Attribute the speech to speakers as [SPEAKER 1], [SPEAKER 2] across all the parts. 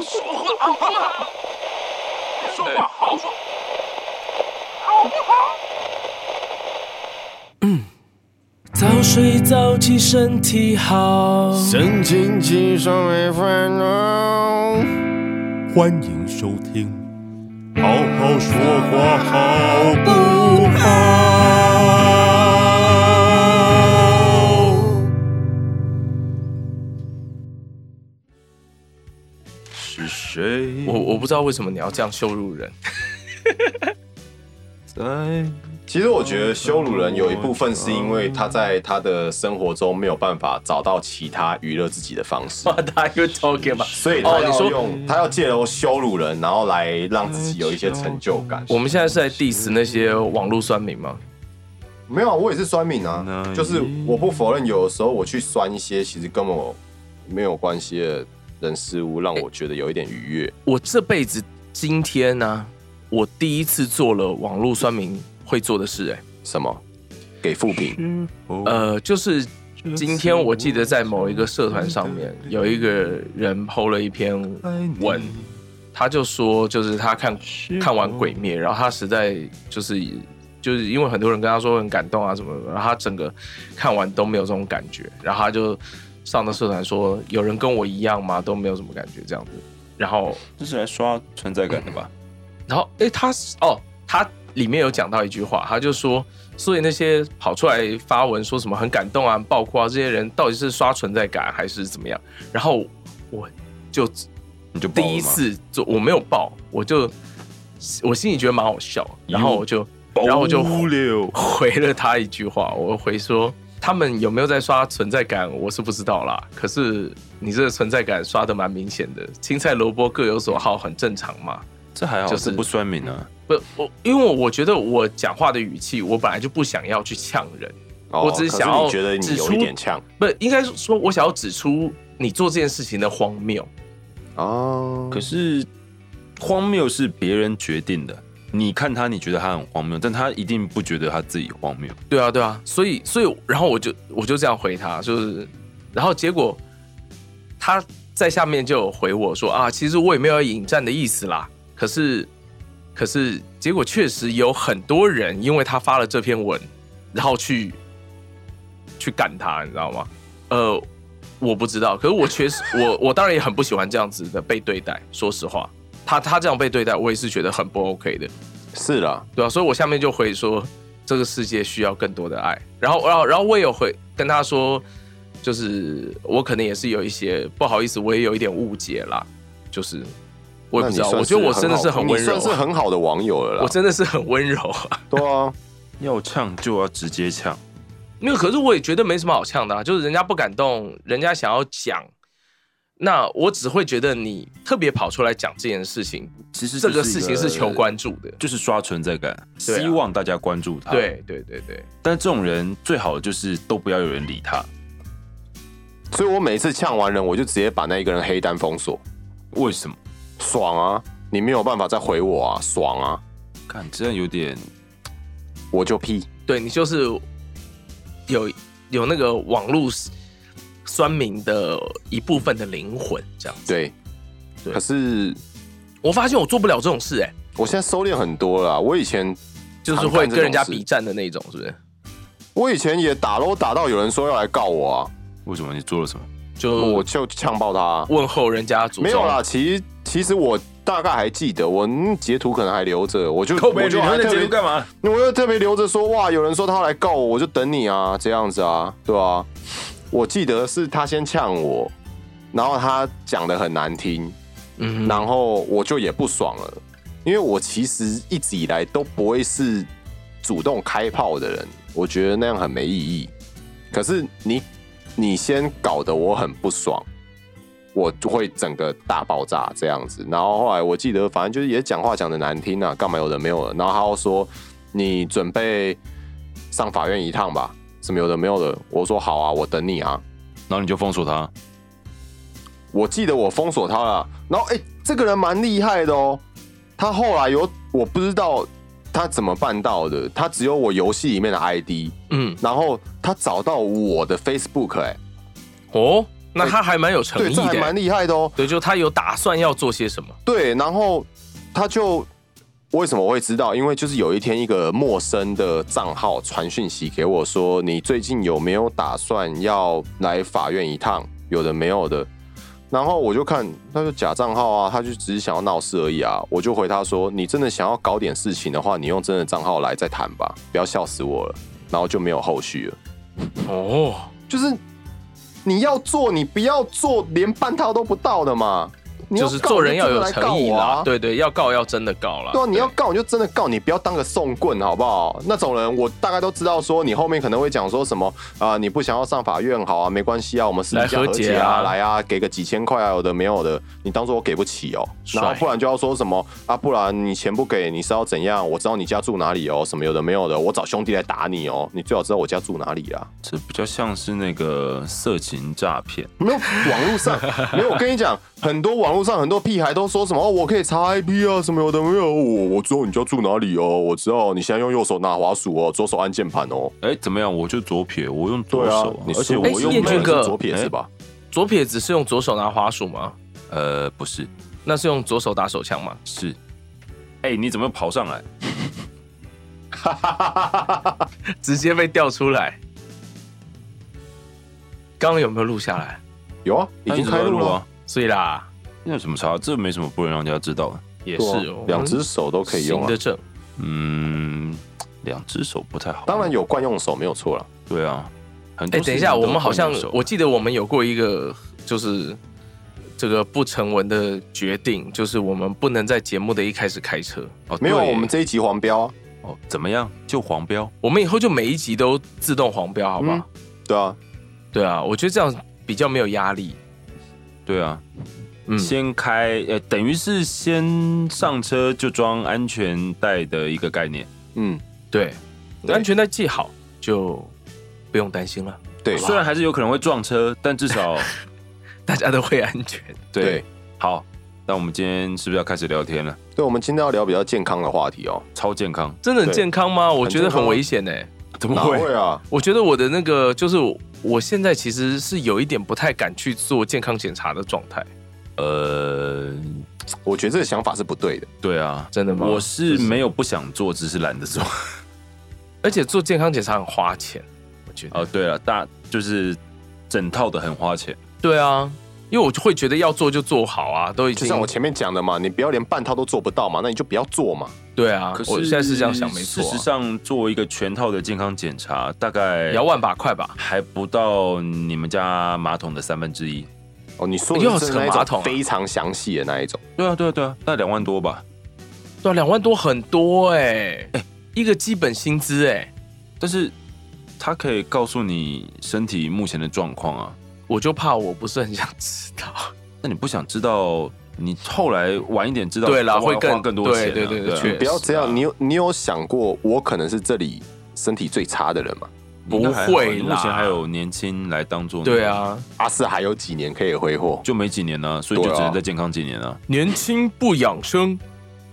[SPEAKER 1] 好不好？说话好说，好不好？
[SPEAKER 2] 早睡早起身体好。
[SPEAKER 3] 神清气爽没烦恼。欢迎收听，好好说话好不好？是谁
[SPEAKER 2] 我我不知道为什么你要这样羞辱人，
[SPEAKER 3] 在？
[SPEAKER 4] 其实我觉得羞辱人有一部分是因为他在他的生活中没有办法找到其他娱乐自己的方式，
[SPEAKER 2] What are you talking about？
[SPEAKER 4] 所以
[SPEAKER 2] 哦
[SPEAKER 4] 他
[SPEAKER 2] 你
[SPEAKER 4] 要
[SPEAKER 2] 说
[SPEAKER 4] 用他要借由羞辱人，然后来让自己有一些成就感。
[SPEAKER 2] 我们现在是在 diss 那些网络酸民吗？
[SPEAKER 4] 没有啊，我也是酸民啊，就是我不否认，有的时候我去酸一些其实跟我没有关系的人事物，让我觉得有一点愉悦。
[SPEAKER 2] 我这辈子今天呢、我第一次做了网络酸民会做的事、哎，
[SPEAKER 4] 什么？给负评？
[SPEAKER 2] 呃，就是今天我记得在某一个社团上面有一个人 PO 了一篇文，他就说就是他看看完《鬼灭》，然后他实在就是就是因为很多人跟他说很感动啊什么的，然后他整个看完都没有这种感觉，然后他就上的社团说有人跟我一样吗？都没有什么感觉这样子，然后
[SPEAKER 5] 这是来刷存在感的吧？
[SPEAKER 2] 然后，诶，他是哦，他里面有讲到一句话，他就说，所以那些跑出来发文说什么很感动啊、很爆哭啊，这些人到底是刷存在感还是怎么样？然后我就
[SPEAKER 5] 你就爆了吗
[SPEAKER 2] 第一次做，我没有爆，我就我心里觉得蛮好笑，然后我就，然后我就
[SPEAKER 3] 无
[SPEAKER 5] 哦
[SPEAKER 3] 聊。
[SPEAKER 2] 回了他一句话，我回说。他们有没有在刷存在感，我是不知道啦。可是你这个存在感刷的蛮明显的，青菜萝卜各有所好，很正常嘛。
[SPEAKER 5] 这还好，
[SPEAKER 2] 就是
[SPEAKER 5] 这不酸民啊。
[SPEAKER 2] 不，我因为我觉得我讲话的语气，我本来就不想要去呛人，
[SPEAKER 4] 哦
[SPEAKER 2] 我只
[SPEAKER 4] 可
[SPEAKER 2] 想要
[SPEAKER 4] 你觉得
[SPEAKER 2] 指
[SPEAKER 4] 你有
[SPEAKER 2] 出
[SPEAKER 4] 一点呛
[SPEAKER 2] 不应该说，我想要指出你做这件事情的荒谬。
[SPEAKER 4] 哦，
[SPEAKER 5] 可是荒谬是别人决定的，你看他，你觉得他很荒谬，但他一定不觉得他自己荒谬。
[SPEAKER 2] 对啊，对啊，所以，所以，然后我就我就这样回他，就是，然后结果他在下面就有回我说啊，其实我也没有要引战的意思啦，可是，可是结果确实有很多人因为他发了这篇文，然后去去赶他，你知道吗？呃，我不知道，可是我确实，我我当然也很不喜欢这样子的被对待，说实话，他他这样被对待，我也是觉得很不 OK 的。
[SPEAKER 4] 是啦，
[SPEAKER 2] 对啊，所以我下面就回说，这个世界需要更多的爱。然后，然后，然后我也有回跟他说，就是我可能也是有一些不好意思，我也有一点误解啦，就是我也不知道，
[SPEAKER 4] 那
[SPEAKER 2] 我
[SPEAKER 4] 你算
[SPEAKER 2] 觉得我真的是
[SPEAKER 4] 好
[SPEAKER 2] 很温柔
[SPEAKER 4] 你算是
[SPEAKER 2] 啊、
[SPEAKER 4] 很好的网友了啦。
[SPEAKER 2] 我真的是很温柔啊。
[SPEAKER 4] 对啊，
[SPEAKER 5] 要呛就要直接呛，
[SPEAKER 2] 因为可是我也觉得没什么好呛的啊，就是人家不敢动，人家想要讲。那我只会觉得你特别跑出来讲这件事情，
[SPEAKER 5] 其实就
[SPEAKER 2] 这
[SPEAKER 5] 是
[SPEAKER 2] 个事情
[SPEAKER 5] 一
[SPEAKER 2] 是求，关注的。
[SPEAKER 5] 就是刷存在感，
[SPEAKER 2] 对啊
[SPEAKER 5] 希望大家关注
[SPEAKER 4] 啊
[SPEAKER 5] 他。，
[SPEAKER 2] 对对对对，
[SPEAKER 5] 但这种人最好就是都不要有人理他。
[SPEAKER 4] 所以我每次呛完人，我就直接把那一个人黑单封锁，
[SPEAKER 5] 为什么？
[SPEAKER 4] 爽啊！你没有办法再回我啊，爽啊！
[SPEAKER 5] 看，这样有点
[SPEAKER 4] 我就批，
[SPEAKER 2] 对你就是有有那个网络酸民的一部分的灵魂这样子。
[SPEAKER 4] 对。
[SPEAKER 2] 对
[SPEAKER 4] 可是
[SPEAKER 2] 我发现我做不了这种事、哎，
[SPEAKER 4] 我现在收敛很多了啊，我以前
[SPEAKER 2] 就是
[SPEAKER 4] 常
[SPEAKER 2] 会
[SPEAKER 4] 干这
[SPEAKER 2] 跟人家
[SPEAKER 4] 种事
[SPEAKER 2] 比战的那种，是不是？
[SPEAKER 4] 我以前也打都打到有人说要来告我啊，
[SPEAKER 5] 为什么？你做了什么？
[SPEAKER 4] 我
[SPEAKER 2] 就
[SPEAKER 4] 就呛爆他啊、
[SPEAKER 2] 问候人家祖宗，
[SPEAKER 4] 没有啦，其实其实我大概还记得，我嗯截图可能还留着，我就我就还特别
[SPEAKER 5] 嘛？
[SPEAKER 4] 我就特别留着说，哇，有人说他要来告我，我就等你啊，这样子啊，对啊。我记得是他先呛我，然后他讲的很难听，
[SPEAKER 2] 嗯哼，
[SPEAKER 4] 然后我就也不爽了，因为我其实一直以来都不会是主动开炮的人，我觉得那样很没意义。可是你你先搞得我很不爽，我就会整个大爆炸这样子。然后后来我记得，反正就是也讲话讲的难听啊，干嘛有的没有的。然后他又说你准备上法院一趟吧，什么有的没有的。我说好啊，我等你啊。
[SPEAKER 5] 然后你就封锁他，
[SPEAKER 4] 我记得我封锁他了，然后哎、诶这个人蛮厉害的哦，他后来有我不知道他怎么办到的，他只有我游戏里面的 ID，
[SPEAKER 2] 嗯，
[SPEAKER 4] 然后他找到我的 Facebook，哎、
[SPEAKER 2] 哦，那他还蛮有诚
[SPEAKER 4] 对，
[SPEAKER 2] 意
[SPEAKER 4] 这还
[SPEAKER 2] 的
[SPEAKER 4] 蛮
[SPEAKER 2] 欸，
[SPEAKER 4] 厉害的哦。
[SPEAKER 2] 对，就他有打算要做些什么，
[SPEAKER 4] 对，然后他就为什么我会知道？因为就是有一天一个陌生的账号传讯息给我说，你最近有没有打算要来法院一趟？有的没有的。然后我就看，他就假账号啊，他就只是想要闹事而已啊。我就回他说，你真的想要搞点事情的话，你用真的账号来再谈吧，不要笑死我了。然后就没有后续了。
[SPEAKER 2] 哦，
[SPEAKER 4] 就是你要做，你不要做，连半套都不到的嘛。你
[SPEAKER 2] 就是做人要
[SPEAKER 4] 告
[SPEAKER 2] 有
[SPEAKER 4] 你就真的来
[SPEAKER 2] 诚意
[SPEAKER 4] 告我
[SPEAKER 2] 啦
[SPEAKER 4] 啊，。
[SPEAKER 2] 对对，要告要真的告啦。
[SPEAKER 4] 对啊，你要告你就真的告，你不要当个送棍，好不好？那种人我大概都知道，说你后面可能会讲说什么啊、你不想要上法院，好啊，没关系啊，我们私底
[SPEAKER 2] 来
[SPEAKER 4] 下
[SPEAKER 2] 和
[SPEAKER 4] 和
[SPEAKER 2] 解
[SPEAKER 4] 解啊，
[SPEAKER 2] 啊
[SPEAKER 4] 来啊，给个几千块啊，有的没有的，你当做我给不起哦，
[SPEAKER 2] 帅
[SPEAKER 4] 然后不然就要说什么啊，不然你钱不给，你是要怎样？我知道你家住哪里哦，什么有的没有的，我找兄弟来打你哦，你最好知道我家住哪里啊。
[SPEAKER 5] 这比较像是那个色情诈骗，
[SPEAKER 4] 没有网络上，没有。我跟你讲，很多网络上很多屁孩都说什么哦，我可以查 IP 啊，什么有的没有。我我知道你家住哪里哦，我知道你现在用右手拿滑鼠哦，左手按键盘哦。
[SPEAKER 5] 哎，怎么样？我就左撇，我用左
[SPEAKER 4] 对啊
[SPEAKER 5] 手啊，，
[SPEAKER 4] 你
[SPEAKER 5] 而且
[SPEAKER 4] 说
[SPEAKER 5] 我
[SPEAKER 2] 哎
[SPEAKER 5] 用
[SPEAKER 2] 彦
[SPEAKER 4] 没
[SPEAKER 2] 俊
[SPEAKER 4] 有
[SPEAKER 5] 那
[SPEAKER 2] 哥
[SPEAKER 5] 个
[SPEAKER 4] 是左撇子吧？
[SPEAKER 2] 左撇子是用左手拿滑鼠吗？
[SPEAKER 5] 呃，不是，
[SPEAKER 2] 那是用左手打手枪吗？
[SPEAKER 5] 是，哎，你怎么跑上来？
[SPEAKER 2] 直接被调出来。刚刚有没有录下来？
[SPEAKER 4] 有啊，已经开
[SPEAKER 5] 那你怎
[SPEAKER 4] 录
[SPEAKER 5] 么
[SPEAKER 4] 了啊，
[SPEAKER 5] 啊，
[SPEAKER 2] 所以啦，
[SPEAKER 5] 那有什么差？这没什么不能让人家知道的。哎
[SPEAKER 2] 也是
[SPEAKER 4] 对啊
[SPEAKER 2] 哦，
[SPEAKER 4] 两只手都
[SPEAKER 2] 我们
[SPEAKER 4] 可以用啊
[SPEAKER 2] 行得。正。
[SPEAKER 5] 嗯，两只手不太好。
[SPEAKER 4] 当然，有惯用手没有错了，
[SPEAKER 5] 对啊，很多
[SPEAKER 2] 哎、等一
[SPEAKER 5] 事
[SPEAKER 2] 下，
[SPEAKER 5] 情都
[SPEAKER 2] 我们好像
[SPEAKER 5] 惯用手
[SPEAKER 2] 我记得我们有过一个就是这个不成文的决定，就是我们不能在节目的一开始开车。
[SPEAKER 5] 哦
[SPEAKER 4] 没有啊
[SPEAKER 5] 对
[SPEAKER 4] 我们这一集黄标啊，
[SPEAKER 5] 哦怎么样？就黄标，
[SPEAKER 2] 我们以后就每一集都自动黄标，好不好？
[SPEAKER 4] 嗯对啊，
[SPEAKER 2] 对啊，我觉得这样比较没有压力。
[SPEAKER 5] 对啊，
[SPEAKER 2] 嗯，
[SPEAKER 5] 先开呃，等于是先上车就装安全带的一个概念。
[SPEAKER 4] 嗯，
[SPEAKER 2] 对，
[SPEAKER 4] 对
[SPEAKER 2] 安全带系好就不用担心了，
[SPEAKER 4] 对，
[SPEAKER 5] 虽然还是有可能会撞车，但至 少
[SPEAKER 2] 大家都会安全。
[SPEAKER 5] 对好。那我们今天是不是要开始聊天了？
[SPEAKER 4] 对，我们今天要聊比较健康的话题哦。
[SPEAKER 5] 超健康，
[SPEAKER 2] 真的很
[SPEAKER 4] 对
[SPEAKER 2] 健康吗？我
[SPEAKER 4] 很
[SPEAKER 2] 觉得
[SPEAKER 4] 健康
[SPEAKER 2] 很
[SPEAKER 4] 啊
[SPEAKER 2] 危险呢、欸
[SPEAKER 5] 怎
[SPEAKER 4] 哪会啊？
[SPEAKER 2] 我觉得我的那个就是我我现在其实是有一点不太敢去做健康检查的状态，
[SPEAKER 5] 呃，
[SPEAKER 4] 我觉得这个想法是不对的。
[SPEAKER 5] 对啊，
[SPEAKER 2] 真的吗？
[SPEAKER 5] 我是没有不想做，只是懒得做。
[SPEAKER 2] 而且做健康检查很花钱，我觉 得。
[SPEAKER 5] 哦，对了，大就是整套的很花钱，
[SPEAKER 2] 对啊，因为我就会觉得要做就做好啊，都已
[SPEAKER 4] 就
[SPEAKER 2] 经
[SPEAKER 4] 像我前面讲的嘛，你不要连半套都做不到嘛，那你就不要做嘛。
[SPEAKER 2] 对啊
[SPEAKER 5] 可，是
[SPEAKER 2] 我现在是这样想，没错、
[SPEAKER 5] 事实
[SPEAKER 2] 啊。
[SPEAKER 5] 上，做一个全套的健康检查，大概
[SPEAKER 2] 要哎万把块吧，
[SPEAKER 5] 还不到你们家马桶的三分之一。
[SPEAKER 4] 哦，你说
[SPEAKER 2] 又要
[SPEAKER 4] 的是
[SPEAKER 2] 扯
[SPEAKER 4] 那一
[SPEAKER 2] 马桶
[SPEAKER 4] 种
[SPEAKER 2] 啊
[SPEAKER 4] 非常详细的那一种，
[SPEAKER 5] 对啊，对啊，对啊，那两万多吧。
[SPEAKER 2] 对啊，两万多很多哎、一个基本薪资哎、
[SPEAKER 5] 但是它可以告诉你身体目前的状况啊。
[SPEAKER 2] 我就怕我不是很想知道。
[SPEAKER 5] 那你不想知道，你后来晚一点知道，
[SPEAKER 2] 对啦
[SPEAKER 5] 哇
[SPEAKER 2] 会更
[SPEAKER 5] 花更多钱啊、
[SPEAKER 2] 对对对
[SPEAKER 5] 啊
[SPEAKER 2] 确实
[SPEAKER 4] 不要这样。你有你有想过，我可能是这里身体最差的人吗？
[SPEAKER 5] 你应该还好
[SPEAKER 2] 不会
[SPEAKER 5] 你
[SPEAKER 2] 啦
[SPEAKER 5] 目前还有年轻来当做
[SPEAKER 2] 对，啊，
[SPEAKER 4] 阿四还有几年可以挥霍？
[SPEAKER 5] 就没几年了、所以就
[SPEAKER 4] 对啊
[SPEAKER 5] 只能再健康几年啊。
[SPEAKER 2] 年轻不养生，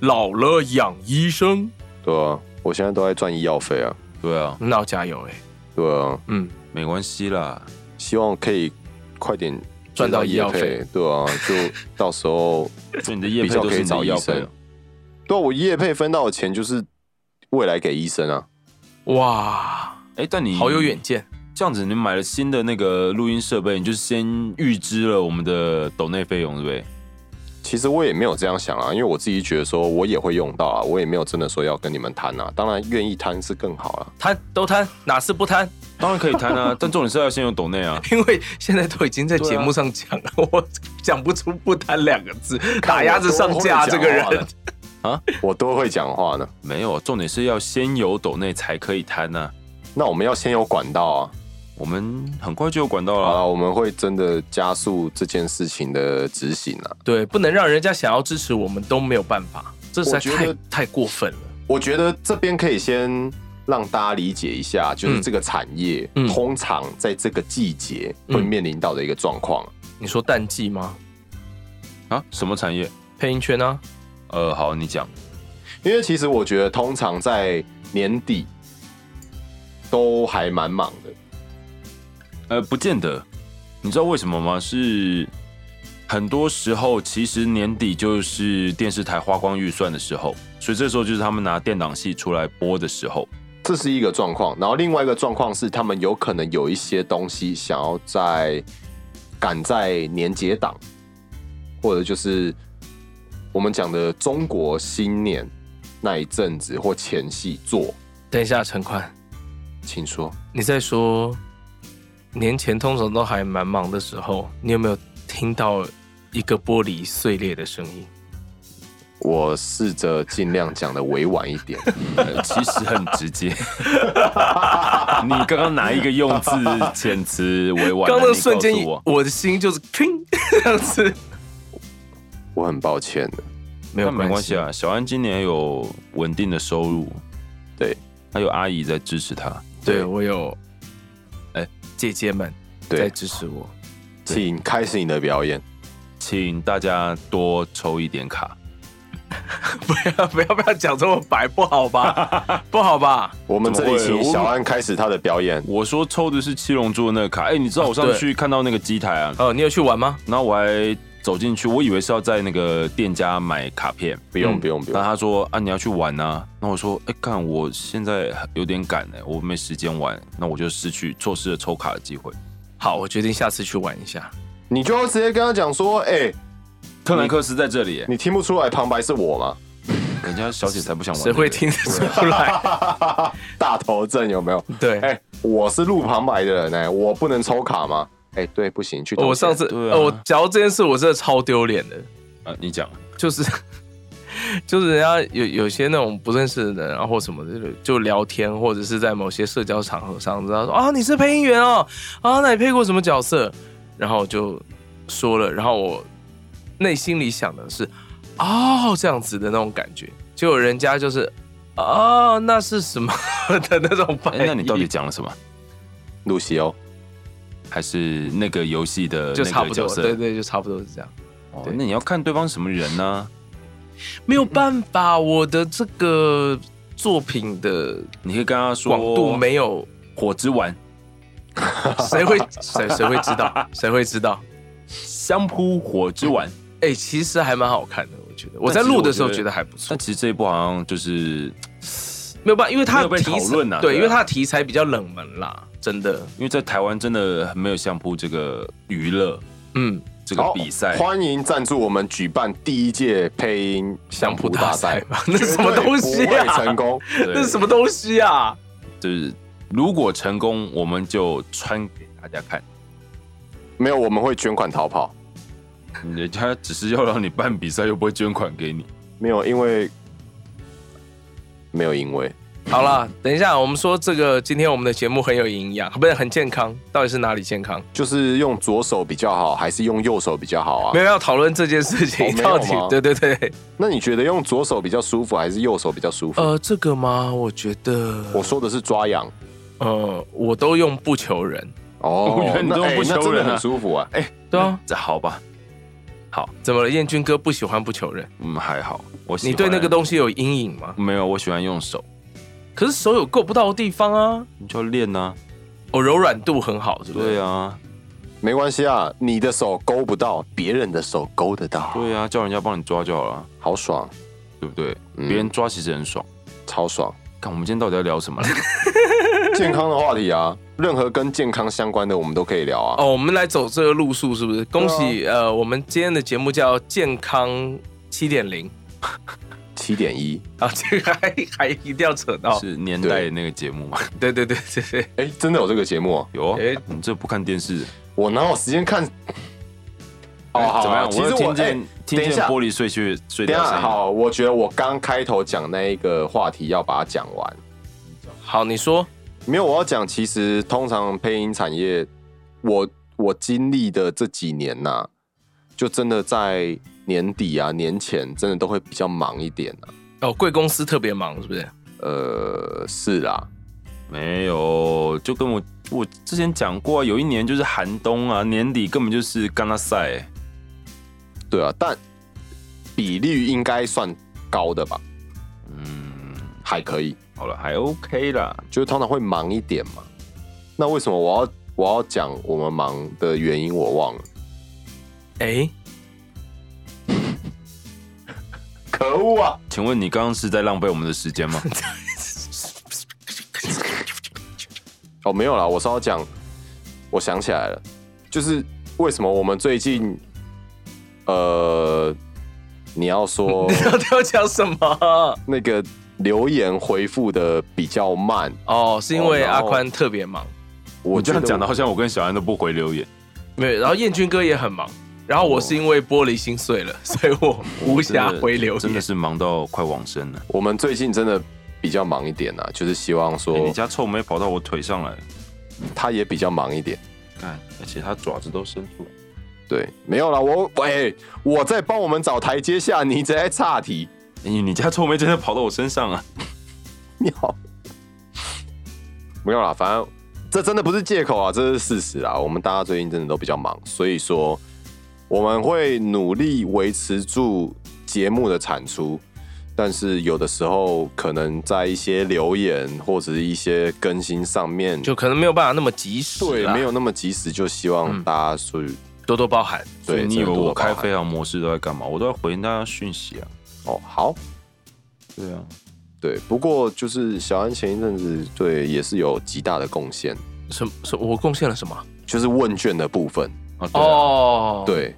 [SPEAKER 2] 老了养医生。
[SPEAKER 4] 对啊，我现在都在赚医药费啊。
[SPEAKER 5] 对啊，
[SPEAKER 2] 那我加油哎、
[SPEAKER 4] 对啊，
[SPEAKER 2] 嗯，
[SPEAKER 5] 没关系啦，
[SPEAKER 4] 希望可以快点
[SPEAKER 2] 赚到医药费
[SPEAKER 4] 接对啊，就到时候
[SPEAKER 5] 所以你的业费
[SPEAKER 4] 比较
[SPEAKER 5] 都
[SPEAKER 4] 可
[SPEAKER 5] 是
[SPEAKER 4] 以
[SPEAKER 5] 你的
[SPEAKER 4] 找
[SPEAKER 5] 药
[SPEAKER 4] 医生
[SPEAKER 5] 费啊。
[SPEAKER 4] 对啊、我业配分到的钱就是未来给医生啊。
[SPEAKER 2] 哇，
[SPEAKER 5] 哎，但你
[SPEAKER 2] 好有远见。
[SPEAKER 5] 这样子，你买了新的那个录音设备，你就先预支了我们的抖内费用，对不对？
[SPEAKER 4] 其实我也没有这样想啊，因为我自己觉得说我也会用到啊，我也没有真的说要跟你们谈啊。当然愿意谈是更好啊啦、
[SPEAKER 2] 贪都贪，哪次不贪？
[SPEAKER 5] 当然可以谈 啊，但重点是要先有抖内啊。
[SPEAKER 2] 因为现在都已经在节目上讲了， 我讲不出“不贪”两个字，打压着上架这个人。啊
[SPEAKER 4] 我多会讲话呢。
[SPEAKER 5] 没有，重点是要先有抖内才可以谈呐、
[SPEAKER 4] 那我们要先有管道啊。
[SPEAKER 5] 我们很快就有管道
[SPEAKER 2] 啊
[SPEAKER 4] 好
[SPEAKER 5] 了。啊
[SPEAKER 4] 了，我们会真的加速这件事情的执行啊。
[SPEAKER 2] 对，不能让人家想要支持我们都没有办法，这实在
[SPEAKER 4] 我觉
[SPEAKER 2] 太
[SPEAKER 4] 得
[SPEAKER 2] 太过分了。
[SPEAKER 4] 我觉得这边可以先让大家理解一下，就是这个产业、
[SPEAKER 2] 嗯
[SPEAKER 4] 通常在这个季节
[SPEAKER 2] 嗯
[SPEAKER 4] 会面临到的一个状况。啊
[SPEAKER 2] 你说淡季吗？
[SPEAKER 5] 啊，什么产业？
[SPEAKER 2] 配音圈啊，
[SPEAKER 5] 呃，好，你讲。
[SPEAKER 4] 因为其实我觉得，通常在年底都还蛮忙的。
[SPEAKER 5] 呃，不见得，你知道为什么吗？是很多时候，其实年底就是电视台花光预算的时候，所以这时候就是他们拿电档戏出来播的时候。
[SPEAKER 4] 这是一个状况。然后另外一个状况是，他们有可能有一些东西想要在赶在年节档，或者就是我们讲的中国新年那一阵子或前戏做，
[SPEAKER 2] 等一下，陈宽，
[SPEAKER 4] 请说。
[SPEAKER 2] 你在说年前通常都还蛮忙的时候，你有没有听到一个玻璃碎裂的声音？
[SPEAKER 4] 我试着尽量讲的委婉一 点，
[SPEAKER 5] 呃其实很直接。 你刚刚哪一个用字遣词委婉啊？
[SPEAKER 2] 刚刚
[SPEAKER 5] 你
[SPEAKER 2] 瞬间
[SPEAKER 5] 告诉我，
[SPEAKER 2] 我的心就是 砰这样子，
[SPEAKER 4] 我很抱歉。
[SPEAKER 5] 那
[SPEAKER 2] 没有
[SPEAKER 5] 没关系啊。小安今年有稳定的收入，
[SPEAKER 4] 对，
[SPEAKER 5] 还有阿姨在支持他。
[SPEAKER 2] 对我有，哎，姐姐们在
[SPEAKER 4] 对，
[SPEAKER 2] 支持我，
[SPEAKER 4] 请开始你的表演。
[SPEAKER 5] 请大家多抽一点卡。
[SPEAKER 2] 不要不要不要讲这么白，不好吧？ 不好吧？
[SPEAKER 4] 我们这里
[SPEAKER 5] 怎么会
[SPEAKER 4] 请
[SPEAKER 5] 我
[SPEAKER 4] 小安开始他的表演。
[SPEAKER 5] 我说抽的是七龙珠的那个卡，哎、你知道我上
[SPEAKER 2] 啊对
[SPEAKER 5] 次去看到那个机台啊，
[SPEAKER 2] 哦，你有去玩吗？
[SPEAKER 5] 然后我还走进去，我以为是要在那个店家买卡片，
[SPEAKER 4] 不用不用不
[SPEAKER 5] 但
[SPEAKER 4] 用，
[SPEAKER 5] 他说啊你要去玩啊，那我说哎看、我现在有点赶哎、我没时间玩，那我就失去错失了抽卡的机会。
[SPEAKER 2] 好，我决定下次去玩一下。
[SPEAKER 4] 你就要直接跟他讲说，哎，
[SPEAKER 5] 特兰克斯在这里、哎
[SPEAKER 4] 你听不出来旁白是我吗？
[SPEAKER 5] 人家小姐才不想玩、
[SPEAKER 2] 谁会？听得出来？
[SPEAKER 4] 大头症有没有？
[SPEAKER 2] 对，啊
[SPEAKER 4] 哎、我是录旁白的人哎、我不能抽卡吗？哎、对，不行，去投钱。
[SPEAKER 2] 我上次、
[SPEAKER 5] 对啊
[SPEAKER 2] 呃，我讲到这件事，我真的超丢脸的，
[SPEAKER 5] 啊，你讲，
[SPEAKER 2] 就是 就是人家有有些那种不认识的人啊或什么的，就聊天或者是在某些社交场合上，知道说啊你是配音员哦，啊那你配过什么角色？然后我就说了，然后我内心里想的是哦这样子的那种感觉，结果人家就是哦那是什么 的那种反
[SPEAKER 5] 哎、
[SPEAKER 2] 应、
[SPEAKER 5] 那你到底讲了什么？
[SPEAKER 4] 露西哦欧，
[SPEAKER 5] 还是那个游戏的
[SPEAKER 2] 就差
[SPEAKER 5] 那个
[SPEAKER 2] 不
[SPEAKER 5] 角
[SPEAKER 2] 多，
[SPEAKER 5] 色？
[SPEAKER 2] 对对，就差不多是这样。
[SPEAKER 5] 哦那你要看对方什么人呢、啊
[SPEAKER 2] 没有办法，我的这个作品的
[SPEAKER 5] 你可以跟他说
[SPEAKER 2] 广度没有，
[SPEAKER 5] 火之丸、
[SPEAKER 2] 谁会谁谁会知道？谁会知道？
[SPEAKER 5] 相扑火之丸。
[SPEAKER 2] 哎、其实还蛮好看的，我觉得。我在录的时候觉得还不错
[SPEAKER 5] 但，其实这一部好像就是
[SPEAKER 2] 没有办法，因为它
[SPEAKER 5] 没有被
[SPEAKER 2] 的题
[SPEAKER 5] 讨论啊
[SPEAKER 2] 材对，
[SPEAKER 5] 对啊
[SPEAKER 2] 因为它的题材比较冷门啦，真的。
[SPEAKER 5] 因为在台湾真的没有相扑这个娱乐
[SPEAKER 2] 嗯，
[SPEAKER 5] 这个
[SPEAKER 4] 好，
[SPEAKER 5] 比赛，
[SPEAKER 4] 欢迎赞助我们举办第一届配音相扑大赛
[SPEAKER 2] 嘛，那 什么东西
[SPEAKER 4] 绝对不会成
[SPEAKER 2] 啊？
[SPEAKER 4] 功，
[SPEAKER 2] 那是什
[SPEAKER 5] 么
[SPEAKER 2] 么东西啊？
[SPEAKER 5] 就是如果成功，我们就穿给大家看。
[SPEAKER 4] 没有，我们会捐款逃跑。
[SPEAKER 5] 人家只是要让你办比赛，又不会捐款给你。
[SPEAKER 4] 没有，因为没有，因为
[SPEAKER 2] 好了，等一下，我们说这个今天我们的节目很有营养，不是很健康，到底是哪里健康？
[SPEAKER 4] 就是用左手比较好，还是用右手比较好啊
[SPEAKER 2] 没？有要讨论这件事
[SPEAKER 4] 哦
[SPEAKER 2] 情，
[SPEAKER 4] 没有
[SPEAKER 2] 到底
[SPEAKER 4] 吗
[SPEAKER 2] 对对对，
[SPEAKER 4] 那你觉得用左手比较舒服，还是右手比较舒服？
[SPEAKER 2] 呃，这个吗？我觉得
[SPEAKER 4] 我说的是抓痒
[SPEAKER 2] 呃，我都用不求人。
[SPEAKER 4] 哦
[SPEAKER 5] 我觉得你
[SPEAKER 4] 那
[SPEAKER 5] 都
[SPEAKER 4] 哎
[SPEAKER 5] 不
[SPEAKER 4] 那
[SPEAKER 5] 求
[SPEAKER 4] 真的
[SPEAKER 5] 人啊
[SPEAKER 4] 很舒服啊。
[SPEAKER 5] 哎、
[SPEAKER 2] 对啊，
[SPEAKER 5] 这好吧，
[SPEAKER 2] 怎么了？燕军哥不喜欢不求人，
[SPEAKER 5] 嗯，还好。我喜欢
[SPEAKER 2] 你对那个东西有阴影吗？
[SPEAKER 5] 没有，我喜欢用手，
[SPEAKER 2] 可是手有够不到的地方啊，
[SPEAKER 5] 你就练呐、啊。
[SPEAKER 2] 哦，柔软度很好，是不是？
[SPEAKER 5] 对啊，
[SPEAKER 4] 没关系啊，你的手勾不到，别人的手勾得到，
[SPEAKER 5] 对啊，叫人家帮你抓就好了，
[SPEAKER 4] 好爽，
[SPEAKER 5] 对不对？
[SPEAKER 4] 嗯
[SPEAKER 5] 别人抓其实很爽。
[SPEAKER 4] 超爽。
[SPEAKER 5] 看我们今天到底要聊什么了？
[SPEAKER 4] 健康的话题啊，任何跟健康相关的我们都可以聊啊。
[SPEAKER 2] 哦，我们来走这个路数，是不是？恭
[SPEAKER 5] 啊
[SPEAKER 2] 喜、呃，我们今天的节目叫健康七点零
[SPEAKER 4] 七点一，
[SPEAKER 2] 啊，这个还还一定要扯到，
[SPEAKER 5] 是年代那个节目吗？
[SPEAKER 2] 对对对对对，
[SPEAKER 4] 哎，真的有这个节目、哦？
[SPEAKER 5] 有、哦，
[SPEAKER 2] 哎
[SPEAKER 5] 你这不看电视？
[SPEAKER 4] 我哪有时间看？哦，好啊
[SPEAKER 5] 怎么样？
[SPEAKER 4] 其
[SPEAKER 5] 我
[SPEAKER 4] 实
[SPEAKER 5] 又
[SPEAKER 4] 我
[SPEAKER 5] 听
[SPEAKER 4] 哎
[SPEAKER 5] 见、听
[SPEAKER 4] 等一
[SPEAKER 5] 见
[SPEAKER 4] 下
[SPEAKER 5] 玻璃碎屑碎
[SPEAKER 4] 等
[SPEAKER 5] 掉
[SPEAKER 4] 一
[SPEAKER 5] 的
[SPEAKER 4] 下，
[SPEAKER 5] 声音。
[SPEAKER 4] 好，我觉得我刚开头讲那一个话题要把它讲完。
[SPEAKER 2] 好，你说
[SPEAKER 4] 没有，我要讲，其实通常配音产业，我我经历的这几年呐、就真的在年底啊、年前，真的都会比较忙一点啊。
[SPEAKER 2] 哦，贵公司特别忙，是不是？
[SPEAKER 4] 呃，是啦，
[SPEAKER 5] 没有，就跟我我之前讲过、啊，有一年就是寒冬啊，年底根本就是干拉赛、
[SPEAKER 4] 对啊，但比率应该算高的吧，
[SPEAKER 5] 嗯，
[SPEAKER 4] 还可以。
[SPEAKER 5] 好了，还 OK 啦。
[SPEAKER 4] 就是通常会忙一点嘛。那为什么我要我要讲我们忙的原因，我忘了。
[SPEAKER 2] 哎、
[SPEAKER 4] 可恶啊！
[SPEAKER 5] 请问你刚刚是在浪费我们的时间吗？
[SPEAKER 4] 哦，没有啦，我是要讲，我想起来了，就是为什么我们最近，呃，你要 说
[SPEAKER 2] 你到底 要讲什么？
[SPEAKER 4] 那个留言回复的比较慢，
[SPEAKER 2] 哦，是因为
[SPEAKER 4] 哦然
[SPEAKER 2] 阿
[SPEAKER 4] 后
[SPEAKER 2] 宽特别忙，
[SPEAKER 4] 我
[SPEAKER 5] 我这
[SPEAKER 4] 觉
[SPEAKER 5] 样
[SPEAKER 4] 得
[SPEAKER 5] 讲的好像我跟小安都不回留 言，
[SPEAKER 2] 没有，然后燕军哥也很忙，然后我是因为玻璃心碎了，所以我无
[SPEAKER 5] 哦真
[SPEAKER 2] 暇
[SPEAKER 5] 的
[SPEAKER 2] 回留
[SPEAKER 5] 真的
[SPEAKER 2] 言。
[SPEAKER 5] 是忙到快往生了。
[SPEAKER 4] 我们最近真的比较忙一点啊，就是希望
[SPEAKER 5] 欸你
[SPEAKER 4] 说
[SPEAKER 5] 家臭妹跑到我腿上来了，
[SPEAKER 4] 他也比较忙一点。
[SPEAKER 5] 看，而
[SPEAKER 4] 哎
[SPEAKER 5] 且它爪子都伸出来。
[SPEAKER 4] 对，没有啦，我喂、我在帮我们找台阶下，你一直在岔题，
[SPEAKER 5] 你哎你家臭妹真的跑到我身上啊！
[SPEAKER 4] 你好，没有啦，反正这真的不是借口啊，这是事实啊。我们大家最近真的都比较忙，所以说我们会努力维持住节目的产出，但是有的时候可能在一些留言或者是一些更新上面，
[SPEAKER 2] 就可能没有办法那么及时啦，
[SPEAKER 4] 对
[SPEAKER 2] 啊
[SPEAKER 4] 没有那么及时，就希望大家属于、
[SPEAKER 2] 多多包涵。
[SPEAKER 5] 所以
[SPEAKER 4] 对，
[SPEAKER 5] 你以为
[SPEAKER 4] 真的多
[SPEAKER 5] 我
[SPEAKER 4] 多包
[SPEAKER 5] 开
[SPEAKER 4] 涵
[SPEAKER 5] 飞行模式都在干嘛？我都在回大家讯息啊。
[SPEAKER 4] 哦？好，
[SPEAKER 5] 对啊，
[SPEAKER 4] 对，不过就是小安前一阵子对也是有极大的贡献，
[SPEAKER 2] 什么什么我贡献了什么？
[SPEAKER 4] 就是问卷的部分。
[SPEAKER 5] 啊对啊，
[SPEAKER 2] 哦，，
[SPEAKER 4] 对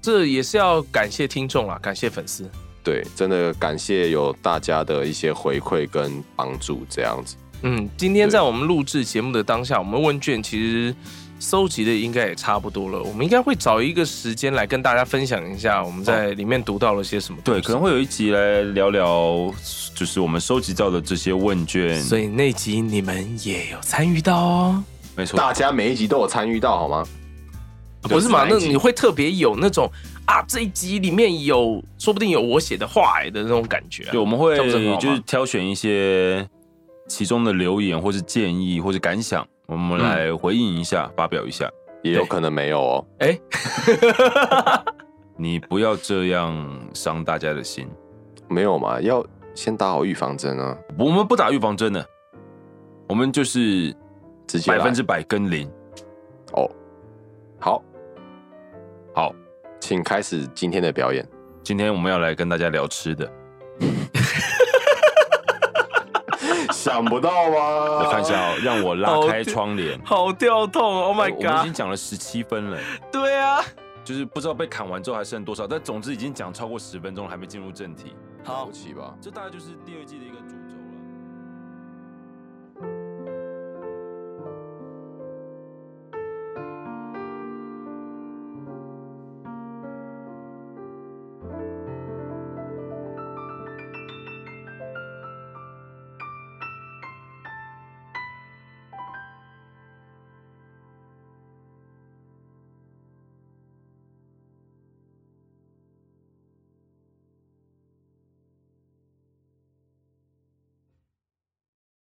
[SPEAKER 2] 这也是要感谢听众啦，感谢粉丝。
[SPEAKER 4] 对，真的感谢有大家的一些回馈跟帮助，这样子。
[SPEAKER 2] 嗯，今天
[SPEAKER 4] 对
[SPEAKER 2] 在我们录制节目的当下，我们问卷其实搜集的应该也差不多了，我们应该会找一个时间来跟大家分享一下我们在里面读到了些什么东
[SPEAKER 5] 对，
[SPEAKER 2] 西。
[SPEAKER 5] 可能会有一集来聊聊，就是我们收集到的这些问卷。
[SPEAKER 2] 所以那集你们也有参与到哦，
[SPEAKER 5] 没错，
[SPEAKER 4] 大家每一集都有参与到，好吗？
[SPEAKER 2] 啊不是嘛？
[SPEAKER 4] 哪一
[SPEAKER 2] 那
[SPEAKER 4] 集
[SPEAKER 2] 你会特别有那种啊，这一集里面有说不定有我写的话哎的那种感觉啊、
[SPEAKER 5] 对，我们会
[SPEAKER 2] 这样不是很好吗
[SPEAKER 5] 就是挑选一些其中的留言，或是建议，或是感想，我们来回应一下，发表一下。
[SPEAKER 4] 也有可能没有哦。
[SPEAKER 2] 哎，
[SPEAKER 5] 你不要这样伤大家的心。
[SPEAKER 4] 没有嘛，要先打好预防针啊，
[SPEAKER 5] 我们不打预防针的，我们就是
[SPEAKER 4] 直接来
[SPEAKER 5] 百分之百跟零。
[SPEAKER 4] 哦。好，
[SPEAKER 5] 好，
[SPEAKER 4] 请开始今天的表演。
[SPEAKER 5] 今天我们要来跟大家聊吃的，
[SPEAKER 4] 想不到吧？
[SPEAKER 5] 我看一下哦，让我拉
[SPEAKER 2] 好
[SPEAKER 5] 开窗帘。
[SPEAKER 2] 好掉痛，Oh
[SPEAKER 5] 我
[SPEAKER 2] my
[SPEAKER 5] 我们已经
[SPEAKER 2] god！
[SPEAKER 5] 讲了十七分了，
[SPEAKER 2] 对啊，
[SPEAKER 5] 就是不知道被砍完之后还剩多少，但总之已经讲超过十分钟了，还没进入正题。
[SPEAKER 2] 好
[SPEAKER 4] 好。奇吧。
[SPEAKER 5] 这大概就是第二季的一个主。